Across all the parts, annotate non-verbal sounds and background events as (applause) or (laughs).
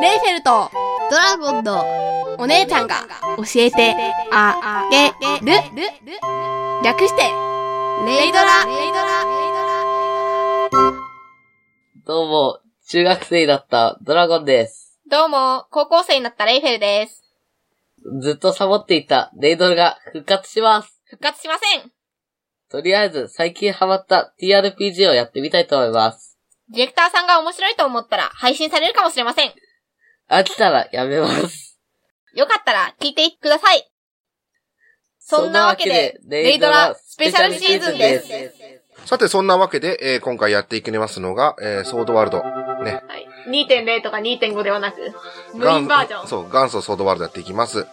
レイフェルト、ドラゴンのお姉ちゃんが教えてあげる。略して、レイドラどうも、中学生だったドラゴンです。どうも、高校生になったレイフェルです。ずっとサボっていたレイドルが復活します。復活しません。とりあえず最近ハマった TRPG をやってみたいと思います。ディレクターさんが面白いと思ったら配信されるかもしれません。飽きたらやめます。よかったら聞いてください。そんなわけで、レイドラスペシャルシーズンです。さて、そんなわけで、えー今回やっていきますのが、えーソードワールド。ね。はい。2.0とか2.5ではなく、無元印バージョン。そう、元祖ソードワールドやっていきます。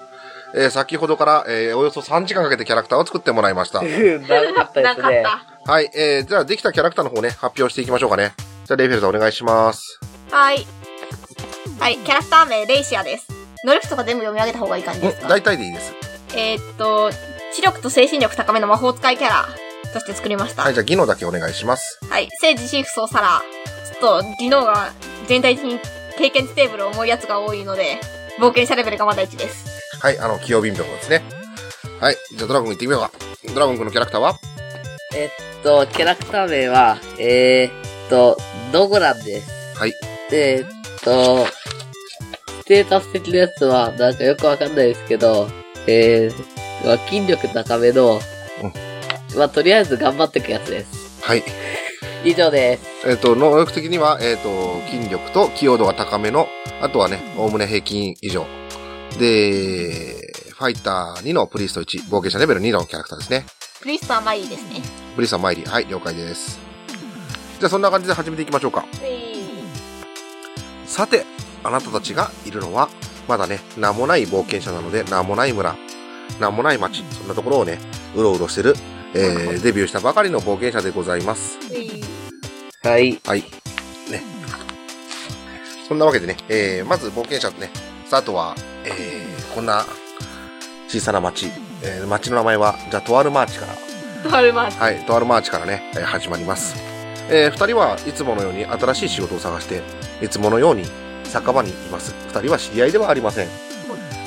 えー先ほどから、えーおよそ3時間かけてキャラクターを作ってもらいました。長かったでなすかっね。た。はい、えーじゃあできたキャラクターの方ね、発表していきましょうかね。じゃあ、レイフェルさんお願いします。はい。はい、キャラクター名、レイシアです。能力とか全部読み上げた方がいい感じですんか大体でいいです。えーっと、知力と精神力高めの魔法使いキャラとして作りました。はい、じゃあ、技能だけお願いします。はい。聖自神父層サラ。ちょっと、技能が全体的に経験値テーブル重いやつが多いので、冒険者レベルがまだ1です。はい、あの、器用貧乏ですね。はい、じゃあ、ドラゴン行ってみようか。ドラゴン君のキャラクターはえっと、キャラクター名は、えー、っと、ドゴランです。はい。で、えっと、ステータス的なやつは、なんかよくわかんないですけど、えー、まあ、筋力高めの、まあ、とりあえず頑張っていくやつです。はい。以上です。えっ、と、能力的には、えっ、と、筋力と器用度が高めの、あとはね、おおむね平均以上。で、ファイター2のプリスト1、冒険者レベル2のキャラクターですね。プリストはマイリーですね。プリストはマイリー。はい、了解です。じゃあ、そんな感じで始めていきましょうか。さて、あなたたちがいるのは、まだね、名もない冒険者なので、名もない村、名もない町、そんなところをね、うろうろしてる、えー、デビューしたばかりの冒険者でございます。はい。はい。ね。そんなわけでね、えー、まず冒険者とね、スタートは、えー、こんな小さな町、えー、町の名前は、じゃあ、とあるマーチから、ドルマーはい、とあるマーチからね、えー始まります。えー、二人はいつものように新しい仕事を探して、いつものように酒場にいます。二人は知り合いではありません。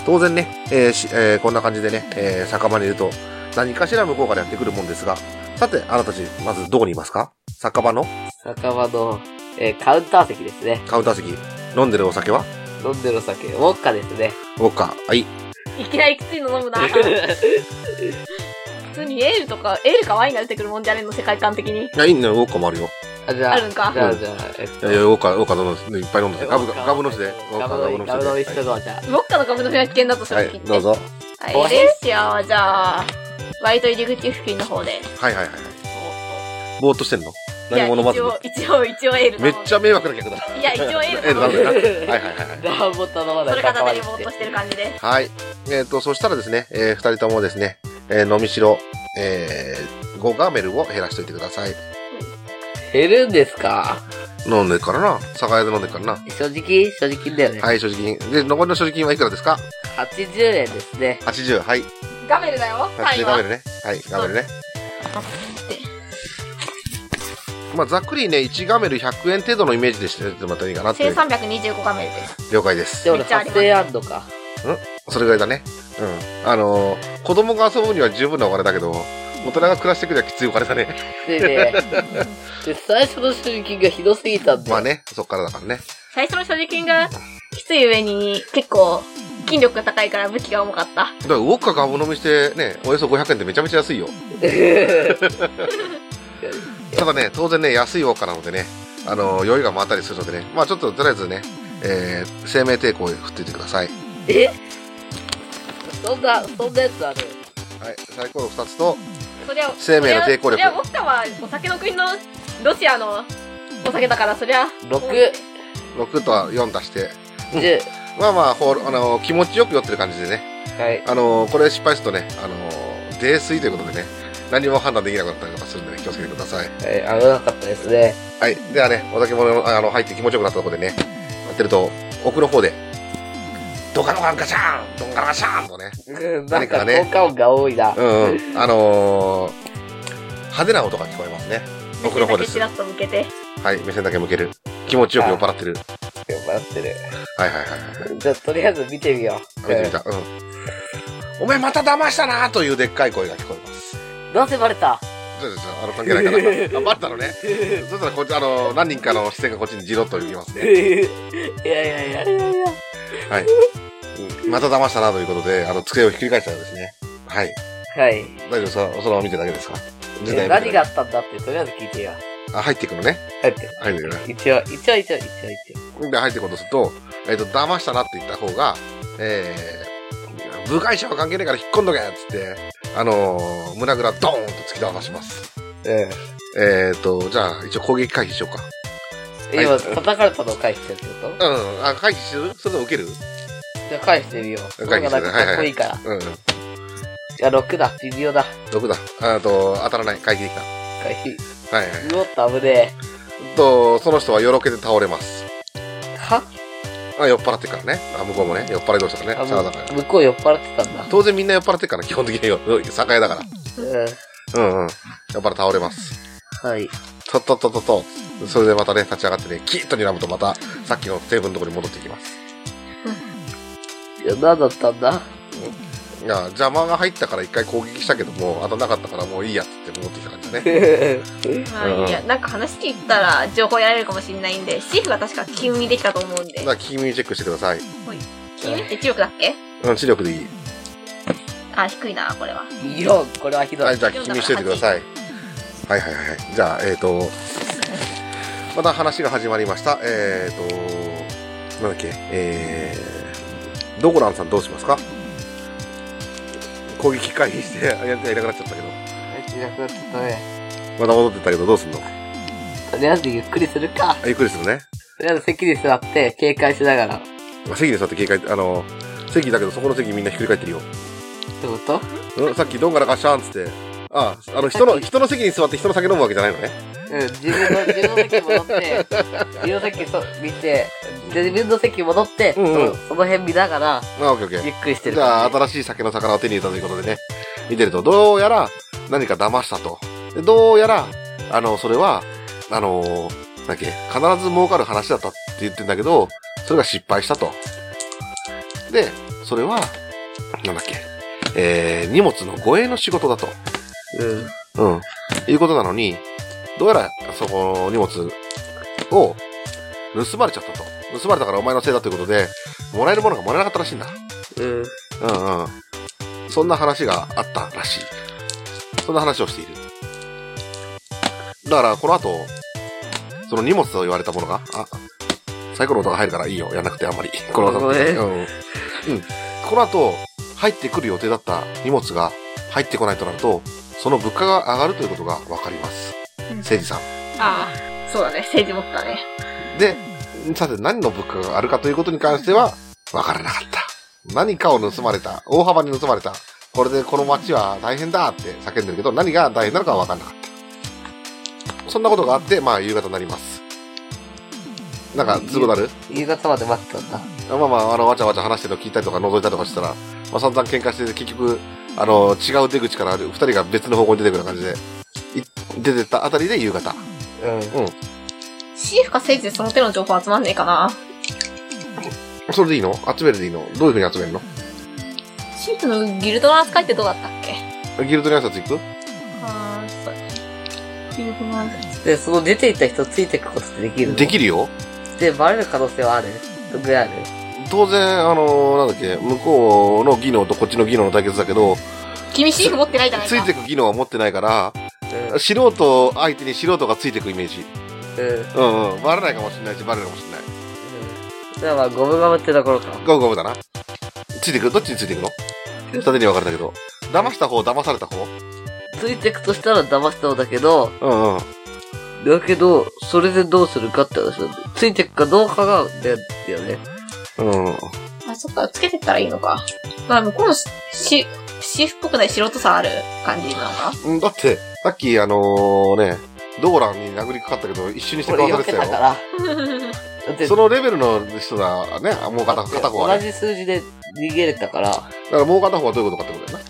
当然ね、えーしえーこんな感じでね、えー酒場にいると、何かしら向こうからやってくるもんですが、さて、あなたたち、まずどこにいますか酒場の酒場の、えーカウンター席ですね。カウンター席。飲んでるお酒は飲んでるお酒、ウォッカですね。ウォッカ。はい。いきなりきついの飲むな。 (laughs) 普通にエールとか、エールかワインが出てくるもんじゃねえの、世界観的に。いや、いいね。ウォッカもあるよ。あ、じゃあ、あるんかじゃあ、じゃあ、えっいとやいや、ウォッカ、ウォッカどんどんいっぱい飲んで。ガブ、ウォッカガブのしで。ウォッガカ、ブガ飲ブみ、のガブ飲みししで。たのは、じゃあ、ウォッカのガム飲みは危険だとすはるときい、って。どうぞ。はい。レーシアはじゃあ、バイト入り口付近の方で。はいはいはい。ぼーっとしてんの何も飲まずいにや一応、一応、一応エールなめっのでちゃ迷惑な客だな。いや、一応エーえルなの飲んでで。な。はいはいはいはい。何も頼まない。それ片手にぼーっとしてる感じで。はい。えっ、と、そしたらですね、えー、二人ともですね、えー飲みしろ、えー、5ガーメルを減らしといてください。減るんですか飲んでっからな。酒屋で飲んでっからな。正直正直だよね。はい、所持金。で、残りの所持金はいくらですか80円ですね。 ?80。はい。ガメルだよ。 80ガーメルね。はい、ガーメルね。まあ、ざっくりね、1ガーメル100円程度のイメージでしてもらったらいいかなっていう。 1325画面です。了解です。で、俺8000円あんのか。それぐらいだね。うん。あのー子供が遊ぶには十分なお金だけど、大人が暮らしていくにはきついお金だね。 (laughs) でね、で最初の所持金がひどすぎたんで。まあね、そっからだからね。最初の所持金がきつい上に、結構、筋力が高いから武器が重かった。だから、ウォッカガブ飲みしてね、およそ500円ってめちゃめちゃ安いよ。ただね、当然ね、安いウォッカなのでね、あのー酔いが回ったりするのでね、まあちょっととりあえずね、えー、生命抵抗を振っていてください。え (laughs) そんな、そんなやつある。はい、サイコロ2つと、そりゃ生命の抵抗力そりゃ僕らはお酒の国のロシアのお酒だからそりゃ6、 6と4足して、 10。まあまあ、ほうあのー気持ちよく酔ってる感じでね、はい。あのーこれ失敗するとね、あのー泥酔ということでね、何も判断できなかったりとかするんでね、気をつけてください。はい、危なかったですね。はい。ではね、お酒もああの入って気持ちよくなったところでね、やってると、奥の方で、ドカドカンガシャーンドンガガシャーンとね、うんな何んかかね効果音が多いな。うんうん、あのー、派手な音が聞こえますね。奥の方ですち。らっと向けてはい、目線だけ向ける。気持ちよく酔っ払ってる。迷ってる。はいはいはいはい。じゃあ、とりあえず見てみよう。見てみた。うん。お前また騙したなというでっかい声が聞こえます。うんなぜバレた (laughs) ちょちょちょあの関係ないから。頑張ったのね。そしたらこっち、あの、何人かの視線がこっちにじろっと行きますいね。やいやいやいやいや。はい。うんまた騙したなということで、あの、机をひっくり返したようですね。はい。はい。大丈夫その、そのまま見てるだけですかえ全体見てない何があったんだって、とりあえず聞いてよ。あ、入っていくのね。入って。入ってくる一応、一応、一応、一応、一応。ね。で、入っていこうとすると、えっ、と、騙したなって言った方が、えー、部外者は関係ないから引っ込んどけっつって、あのー胸ぐらドーンと突き倒します。うん。えっ、と、じゃあ、一応攻撃回避しようか。今、叩かれたのを回避してるってことうん、あ、回避するそれとも受けるじゃあ返してみよう。その返して方がなんかかっこいいから。うん、じゃあ6だ。微妙だ。 6だ。ああと、当たらない。回避できた。回避。はいはい。うおっと危ねと、その人はよろけて倒れます。え。はあ、酔っ払ってっからね。あ、向こうもね、酔っ払い同士だからあね。シャラだから。向こう酔っ払ってたんだ。当然みんな酔っ払ってっから、基本的によ酒屋だかうら。うんうん。酔っ払って倒れます。ん。はい。とっとっとっとっと。それでまたね、立ち上がってね、キーッと睨むとまた、さっきのテーブルのところに戻ってきます。じゃあ何だったんだ (laughs) いや、邪魔が入ったから一回攻撃したけども、あとなかったからもういいやっつって戻ってきた感じだね。まあいいや、なんか話聞いたら情報やられるかもしれないんで、シーフが確か気にできたと思うんでだか。ら、聞き耳チェックしてください。気にって知力だっけうん、知力でいい。あ、低いな、これは。いや、これはひどはいい、。じゃあ気にしといてください。はいはいはいはい。じゃあ、えっ、と、また話が始まりました。えっ、と、なんだっけ、えー、ドコランさんどうしますか攻撃回避して、 (laughs) あややいなくなっちゃったけど。いなくなっちゃったね。また戻ってったけど、どうすんのとりあえずゆっくりするか。あゆっくりするね。とりあえず席に座って、警戒しながら。っまあ席に座って警戒、あの、席だけど、そこの席みんなひっくり返ってるよ。てことうん、さっきどんがらかしゃーんっつって、あ、あの人の、人の席に座って人の酒飲むわけじゃないのね。うん、自分の、自分の席戻 (laughs) って、自分の席そ見て、で自分の席戻って、うんうんそのその辺見ながら、あ、オッケーオッケーゆ。っくりしてるじゃあ、感じ。新しい酒の魚を手に入れたということでね、見てると、どうやら何か騙したと。でどうやら、あの、それは、あのなんだっけ、必ず儲かる話だったって言ってんだけど、それが失敗したと。で、それは、なんだっけ、えー、荷物の護衛の仕事だと。うん。うん。いうことなのに、どうやら、そこの荷物を盗まれちゃったと。盗まれたからお前のせいだということで、もらえるものがもらえなかったらしいんだ。うん。うんうん。そんな話があったらしい。そんな話をしている。だから、この後、その荷物と言われたものが、あ、サイコロの音が入るからいいよ。やんなくてあんま (laughs) り。この後、ごうめんん。うん。この後、入ってくる予定だった荷物が入ってこないとなると、その物価が上がるということがわかります。誠治さん。ああ、そうだね、政治持ったね。で、さて何の物価があるかということに関しては、わからなかった。何かを盗まれた。大幅に盗まれた。これでこの街は大変だって叫んでるけど、何が大変なのかはわからなかった。そんなことがあって、まあ夕方になります。なんか、都合なる夕方まで待ってたんだ。まあまあ、あの、わちゃわちゃ話してるの聞いたりとか覗いたりとかしたら、まあ散々喧嘩して、結局、あの、違う出口から二人が別の方向に出てくる感じで、い出てったあたりで夕方。うん。シーフか政治でその手の情報集まんねえかな。それでいいの集めるでいいのどういうふうに集めるのシーフのギルドの扱いってどうだったっけギルドに挨拶行くああ、そうだね。ギルドの扱い。で、その出ていった人ついてくことってできるのできるよで、バレる可能性はあるどんぐらいある当然あのなんだっけ向こうの技能とこっちの技能の対決だけど君シーフ持ってないじゃないついか。てく技能は持ってないからう素人相手に素人がついてくイメージん。うん。うん。うんうんバレないかもしれないしバレるかもしれないじゃあまあ、ゴムマムってところか。ゴムゴムだなついてくるどっちについていくの二手に分かれたけど騙した方騙された方ついてくとしたら騙したんだけど、うんうんだけど、それでどうするかって話なんだよついてくかどうかが、だよね。うんあ、そっか、つけてったらいいのか。まあ、向こうのし、しシーフっぽくない素人さある感じなのか。うんだってさっきあのねドーランに殴りかかったけど一瞬にしてこかれわさ避けれてたたかよら。だってそのレベルの人だねもう片片方はね同じ数字で逃げれたから、だからもう片方はどういうことかってことだよ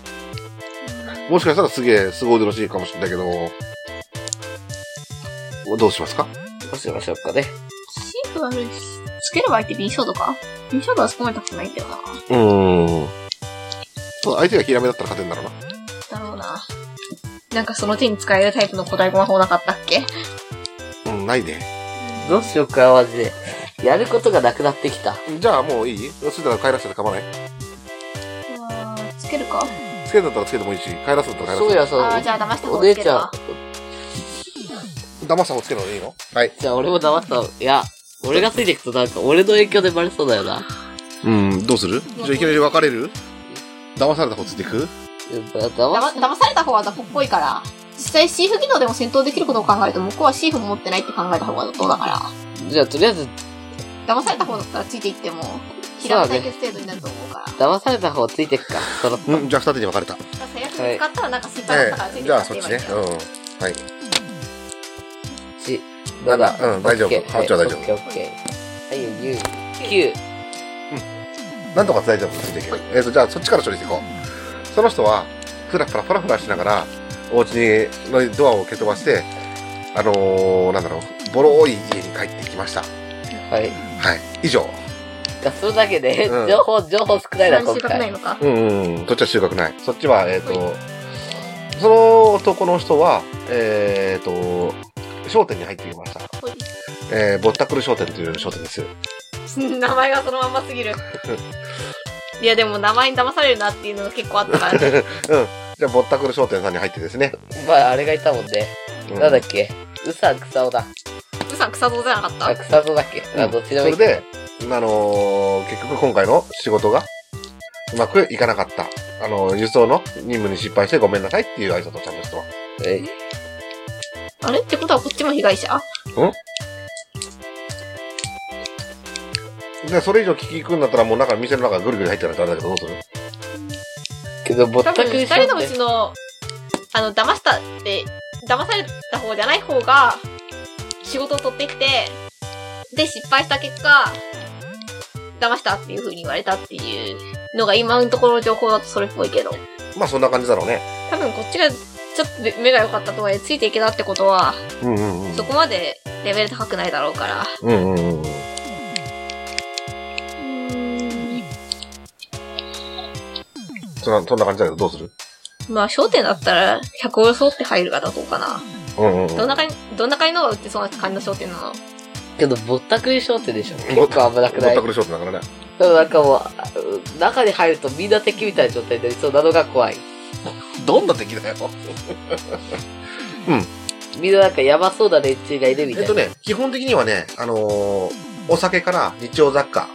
な。もしかしたらすげえ、すごい楽しいかもしれないけど、どうしますかどうしましょうかね。シーフ悪いし、つける場合って B ショートか ?B ショートはそこまで高くないんだよな。うーん。そう相手がヒラメだったら勝てんだろうな。だろうな。なんかその手に使えるタイプの古代語魔法なかったっけうん、ないね。どうしようか、マジで。やることがなくなってきた。じゃあもういいそしたら帰らせたら構わないうわーつけるかつけるんだったらつけてもいいし、帰らせたら帰らせそうや、そうあ。ーじゃあ騙した方おがい姉いけちどゃ、なん騙した方つけるのでいいのはい。じゃあ俺も騙したの。いや、俺がついていくとなんか俺の影響でバレそうだよな。うん、どうするじゃあいきなり別れる騙された方ついていくうんだ騙し騙騙された方は雑魚っぽいから、実際シーフ技能でも戦闘できることを考えると、向こうはシーフ持ってないって考えた方が妥当だかじゃあとりあえず、ら、騙された方だったらついていっても、平ら対決程度になると思うから。騙された方ついていくか。その、うん、じゃあ二人に分かれた。まあ最悪見つかったらなんか心配だったからついていじたゃっあてそっ言えちばいねい。うん。はい。ち、なんだうん大丈夫オッケーこっちは大丈夫オッケーオッケー。はい、ゆう、きゅう。なんとか大丈夫ついていける。えっ、と、じゃあそっちから処理していこう。その人は、ふらふらふらふらしながら、お家にのドアを蹴飛ばして、あのー、なんだろう、ボロい家に帰ってきました。はい。はい。以上。が、それだけで、うん情報、情報少ないな、何今収穫ない回。のか。うん、うん、そっちは収穫ない。そっちは、えっ、と、その男の人は、えっ、と、商店に入ってきました。えー、ぼったくる商店という商店です。 (laughs) 名前がそのまんますぎる。いやでも名前に騙されるなっていうのが結構あった (laughs) からね。じゃあ、ぼったくる商店さんに入ってですね。まあ、あれがいたもんね。うなんだっけ。うさ、くさおだ。うさん草像じゃなかったあ、くさおだっけ。あ、うんどっちでそもいいれ。で、あのー結局今回の仕事がうまくいかなかった。あのー輸送の任務に失敗してごめんなさいっていう挨拶をちゃんとしてます。はいあれってことはこっちも被害者で、それ以上聞き行くんだったらもう中、店の中ぐるぐる入ってないとあれだけどどうするけど、ぼっ多た分くり二しよう人のうちの、あの、騙したって、騙された方じゃない方が、仕事を取ってきて、で、失敗した結果、騙したっていう風に言われたっていうのが今のところの情報だとそれっぽいけど。まあそんな感じだろうね。多分こっちがちょっと目目が良かったとはいえついていけたってことは、うんうんうん。そこまでレベル高くないだろうから。うんうんうん。そんな、そんな感じだけどどうするまあ、焦点だったら、100を装って入るが妥当かな。うんうんうん。どんなかに、どんなかにのが打ってそうな感じの焦点なのけど、ぼったくり商店でしょ。結構危なくない。ぼったでくもる商店だからね。なんかもうあ、中に入るとみんな敵みたいな状態になりそうなのが怖い。どんな敵だよ。みんななんかやばそうな連中がいるみたえいっな。とね、基本的にはね、あのーお酒から日用雑貨、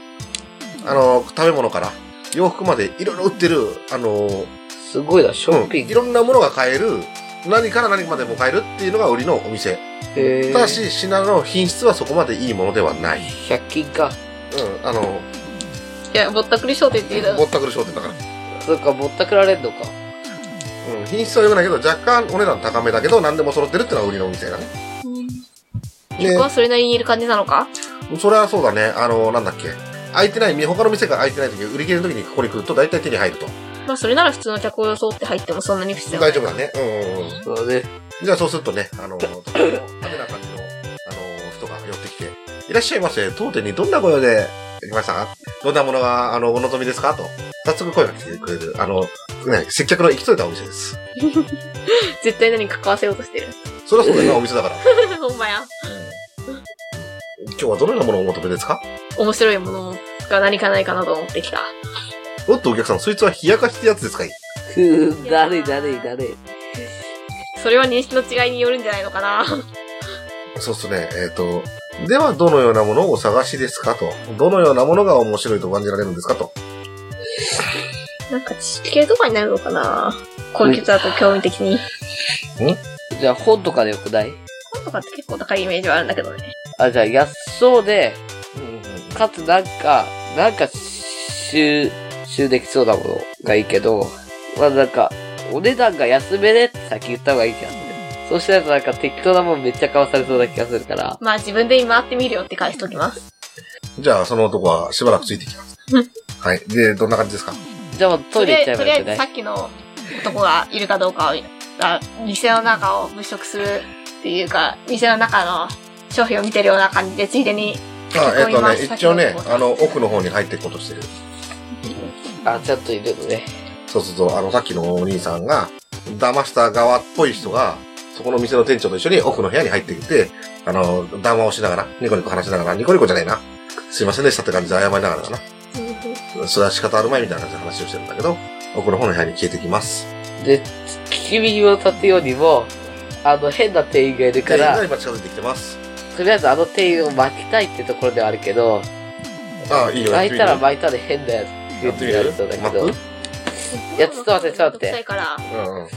あのー食べ物から洋服までいろいろ売ってる、あのーすごいな、ショッピンうんいグ。ろんなものが買える、何から何までも買えるっていうのが売りのお店。へーただし、品の品質はそこまでいいものではない。 100均か。うん、あの、いや、ぼったくり焦点っていうぼのったくる商店だから。そうか、ぼったくられんのか。うん、品質は良くないけど、若干お値段高めだけど、何でも揃ってるっていうのが売りのお店だね。僕はそれなりにいる感じなのかで、それはそうだね。あの、なんだっけ。空いてない、他の店が空いてない時、売り切れの時にここに来ると大体手に入ると。まあ、それなら普通の客を装って入ってもそんなに不自然はな大い丈夫だね。うんうんうん。そうね。じゃあそうするとね、あ (laughs) の、とても派手な感じの、あの、人が寄ってきて、いらっしゃいませ、当店にどんなご用で来ましたかどんなものが、あの、お望みですかと、早速声が来てくれる、あの、ね、接客の行き届いたお店です。絶対何か買わせようとして (laughs) る。それはそうだよな、お店だから。ほんまや。今日はどのようなものをお求めですか面白いものが何かないかなと思ってきた。おっと、お客さん、そいつは冷やかしってやつですかいふぅ、だるいだるいだるい。それは認識の違いによるんじゃないのかな。そうっすね、えっ、と、では、どのようなものをお探しですかと、どのようなものが面白いと感じられるんですかと。なんか地形とかになるのかな高血だと興味的に。じゃあ本とかでよくない本とかって結構高いイメージはあるんだけどね。あ、じゃあ安そうで、うんうんうんかつなんか、なんか、収、収できそうなものがいいけど、まあなんか、お値段が安めでって先言った方がいい気がする。そうしないとなんか適当なもんめっちゃ買わされそうな気がするから、まあ自分で回ってみるよって返しときます。じゃあ、その男はしばらくついてき (laughs) ますうん。はい。で、どんな感じですかじゃあトイレ行っちゃえとばりあよえくずないさっきの男がいるかどうかを、あ店の中を物色するっていうか、店の中の商品を見てるような感じで、ついでにあ、えっ、とね、囲います一応ね先ほ、どあの、奥の方に入っていこうとしてる。あ、ちゃんといるのね。そうすると、あの、さっきのお兄さんが、騙した側っぽい人が、そこの店の店長と一緒に奥の部屋に入ってきて、あの、談話をしながら、ニコニコ話しながら、ニコニコじゃないな。すいませんでしたって感じで謝りながらだな。それは仕方あるまいみたいな話をしてるんだけど、奥の方の部屋に消えてきます。で、聞き耳を立てようにも、あの、変な店員がいるか店員がら、今近づいてきてます。とりあえずあの店員を巻きたいってところではあるけど、ああ、いいよ。巻いたらやっ巻いたで変なやつてみるやっってて言みわるれそうだけ巻くど、いやちょっと待ってちょっと待ってめんどくさいから。うんうん。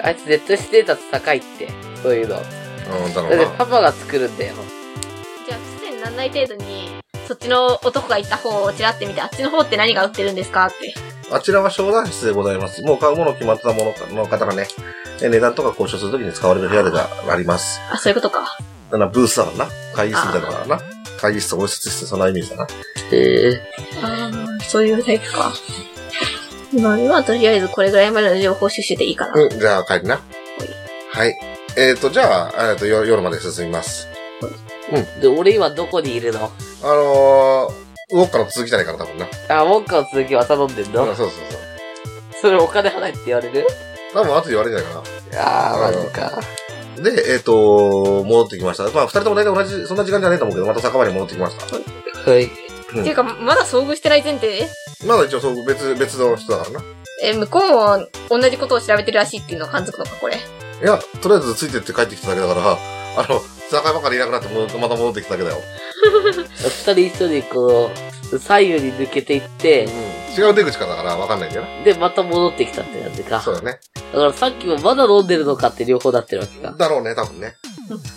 あいつ絶対ステータス高いって、そういうの。だっうん、だろうてな。パパが作るんだよ。じゃあ、不正になんない程度に、そっちの男が行った方をちらってみて、あっちの方って何が売ってるんですかって。あちらは商談室でございます。もう買うもの決まったものの方がね、え値段とか交渉するときに使われる部屋でがあります。あ、そういうことか。だからブースだからな。会議室みたいなのだからな。会議室と応接室、そんなイメージだな。へえ。ああ、そういうタイプか。まあ、今はとりあえずこれぐらいまでの情報収集でいいかな。うん、じゃあ帰りな。はい。えっ、ー、と、じゃあ、えー、と夜夜まで進みます。で、俺今どこにいるのあのー、ウォッカの続きじゃないから多分な。あ、文句の続きは頼んでんうん、そのうそうそう。それお金払えって言われる多分後で言われるんじゃないかあー、マジか。な。で、えっ、ー、と戻ってきました。まあ、二人とも大体同じ、そんな時間じゃないと思うけど、また酒場に戻ってきました。はい。っていうか、まだ遭遇してない前提まだ一応そう、別、別の人だからな。え、向こうも同じことを調べてるらしいっていうのを感づくのか、これ。いや、とりあえずついてって帰ってきただけだから、あの、酒場からいなくなってもまた戻ってきただけだよ。二人一緒にこの、左右に抜けていって、違う出口からだから分かんないんだよな。で、また戻ってきたって感じか。そうだね。だからさっきもまだ飲んでるのかって両方なってるわけか。だろうね、多分ね。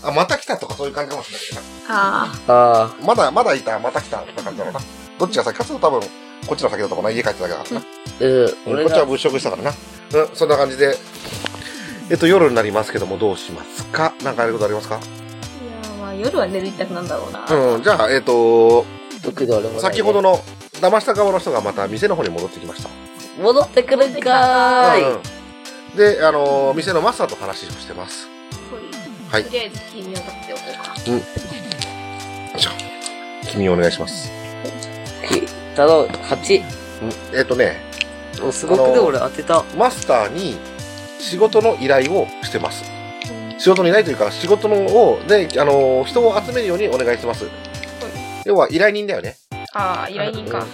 あ、また来たとかそういう感じかもしれないああ。あけどな。まだ、まだいた、また来たって感じだろうな。どっちが先かつと多分、こっちの先だと思うな。家帰ってたからな。あ、うん。こ俺っちはが、物色したからな。うん、そんな感じで。えっと、夜になりますけども、どうしますかなんかやることありますかいやーまあ、夜は寝る一択なんだろうな。うん、じゃあ、えっと、特に俺もないね先ほどの、騙した側の人がまた店の方に戻ってきました。戻ってくるんかーい。うんで、あのー店のマスターと話をしてます。はいとりあえず君を立っておこうか。君お願いします。頼む、8。えっ、とね、もうすごくあね、の俺当てた。マスターに仕事の依頼をしてます。仕事の依頼というか、仕事のを、で、あのー人を集めるようにお願いしてます。要は依頼人だよね。ああ、依頼人か。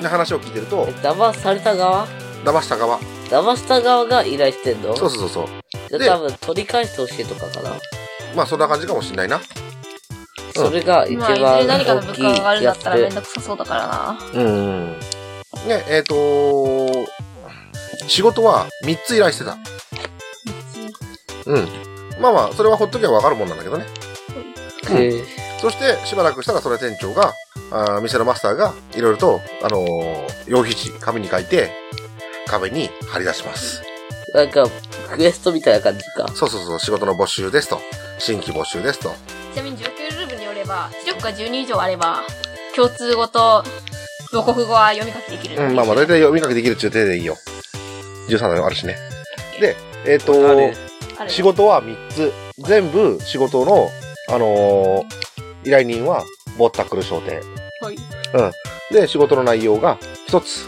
で話を聞いてるとえ、騙された側騙した側。騙した側が依頼してんのそうそうそうそう。じでゃあ多分取り返してほしいとかかな。まあそんな感じかもしんないな。それが一まあ、い番ずれ何かの大物き価が上がるんいだやっつたらめんどくさそうだからな。うん。ね、えっ、とー仕事は3つ依頼してた。うん。まあまあ、それはほっときゃわかるもんなんだけどね。えーそして、しばらくしたら、その店長が、あー店のマスターが、いろいろと、あのー、用皮紙、紙に書いて、壁に貼り出します。なんか、クエストみたいな感じか。そうそうそう、仕事の募集ですと。新規募集ですと。ちなみに19ルールによれば、視力が12以上あれば、共通語と母国語は読み書きできる。うん、まあまあ、大体読み書きできる中程でいいよ。13だよ、あるしね。で、えっ、とあれある仕事は3つ。全部、仕事の、あのー依頼人は、ぼったくる商店。はい。で、仕事の内容が、1つ、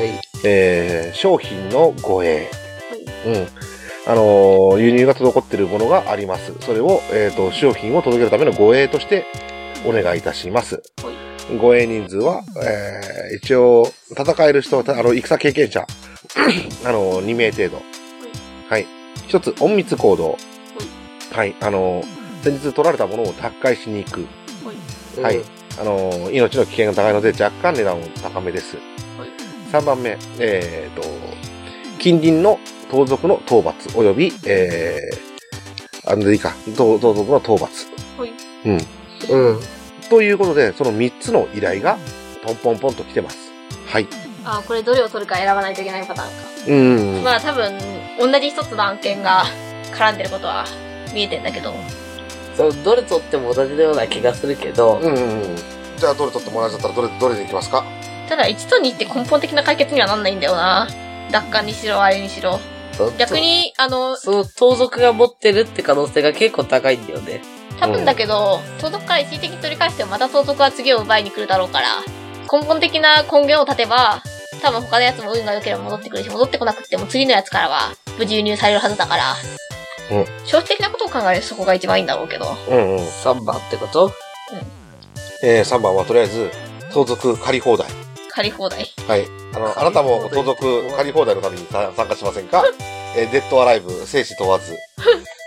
はい。えー商品の護衛。うん。あのー輸入が滞っているものがあります。それを、えっ、と、商品を届けるための護衛としてお願いいたします。護衛人数は、えー一応、戦える人、たあの、戦経験者、 (clears throat) あのー2名程度。はい。一つ、隠密行動。はい。あのー先日取られたものを奪回しに行く。はいあのー命の危険が高いので若干値段を高めです。3番目、えーと、近隣の盗賊の討伐及び、えー、あの、いいか、盗盗賊の討伐。うん。うん。ということで、その3つの依頼が、ポンポンポンと来てます。はい。あ、これどれを取るか選ばないといけないパターンか。うん。まあ多分、同じ一つの案件が絡んでることは見えてんだけど。そうどれ取っても同じのような気がするけど、うんうんうん。じゃあ、どれ取ってもらっちゃったら、どれ、どれでいきますかただ1と2って根本的な解決にはなんないんだよな。奪還にしろ、あれにしろ。逆に、あの、その盗賊が持ってるって可能性が結構高いんだよね。多分だけど、盗賊から一時的に取り返してもまた盗賊は次を奪いに来るだろうから、根本的な根源を立てば、多分他のやつも運が良ければ戻ってくるし、戻ってこなくっても次のやつからは無事輸入されるはずだから、うん消費的なことを考えるとそこが一番いいんだろうけど。うんうん。 3番ってことえー、3番はとりあえず、盗賊借り放題。借り放題。はい。あの、あなたも盗賊借り放題のためにさ参加しませ (laughs) んかえーデッドアライブ、生死問わず。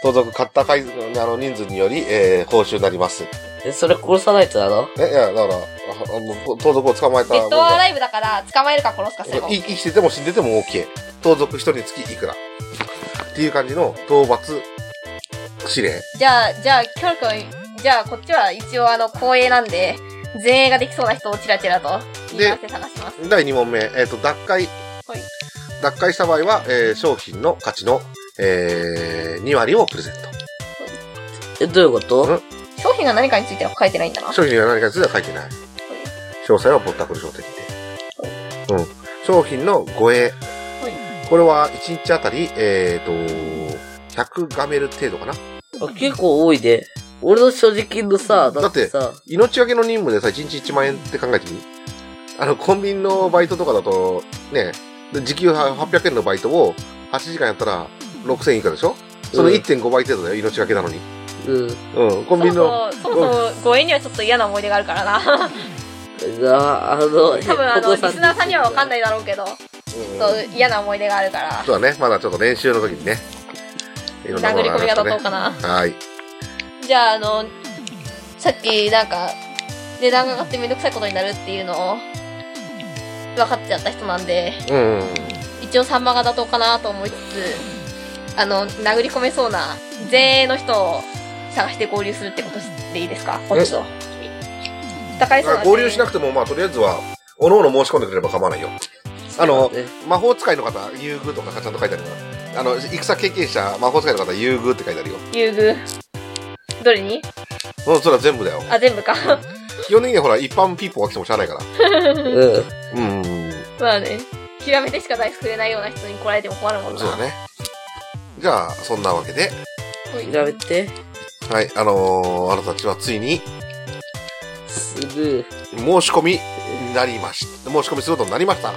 盗賊買った回あの人数により、えー報酬になります。え、それ殺さないとなのえ、いや、だから、ああの盗賊を捕まえたデッドアイライブだから、捕まえるか殺すか最後。生きてても死んでても OK。盗賊一人につきいくら。っていう感じの討伐指令。じゃあ、じゃあ、キョロ君、じゃあ、こっちは一応あの、光栄なんで、前衛ができそうな人をチラチラと、見合わせ探します。第2問目、えっ、と、脱会。はい脱会した場合は、えー商品の価値の、え2割をプレゼンえ、どういうことうん商品が何かについては書いてないんだなト。。商品が何かについては書いてない。詳細はぼったくり商店で。うん。商品の護衛。これは1日あたり、えっ、と、100ガメル程度かな。あ結構多いね。俺の所持金のさ、だってさ、命がけの任務でさ、1日1万円って考えてみあの、コンビニのバイトとかだと、ね、で時給は800円のバイトを8時間やったら6000円以下でしょそのうん1.5倍程度だよ、命がけなのに。うん。うん、そコンもそビニの、も、そもそも、護衛にはちょっと嫌な思い出があるからな。あ、あの、 (laughs) 多分あの、お父リスナーさんにはわかんないだろうけど、うんそう嫌な思い出があるから、そうだね、まだちょっと練習の時にね。いろんな殴もりの込みがが妥ありま当しかな。たね。はい。じゃあ、あの、さっきなんか、値段が上がってめんどくさいことになるっていうのを、分かっちゃった人なんで、うん。一応三番が妥当かなと思いつつ、あの、殴り込めそうな前衛の人を探して合流するってことでいいですかこっちと。戦いそうな合流しなくくても、まあ、とりあえずは、おのおの申し込んでくれば構わないよ。あの、ね魔法使いの方、優遇とかがちゃんと書いてあるから。あの、戦経験者、魔法使いの方、優遇って書いてあるよ。優遇。どれにうん、それは全部 (laughs) だよ。あ、全部か。 (laughs) 基本的にはほら、一般ピーポーが来ても知らないから。うん。うん。まあね。極めてしか大好くれないような人に来られても困るもんな。そうだね。じゃあ、そんなわけで、やめて。はい、あのー、あなたたちはついに、すぐ。申し込みになりました。申し込みすることになりました。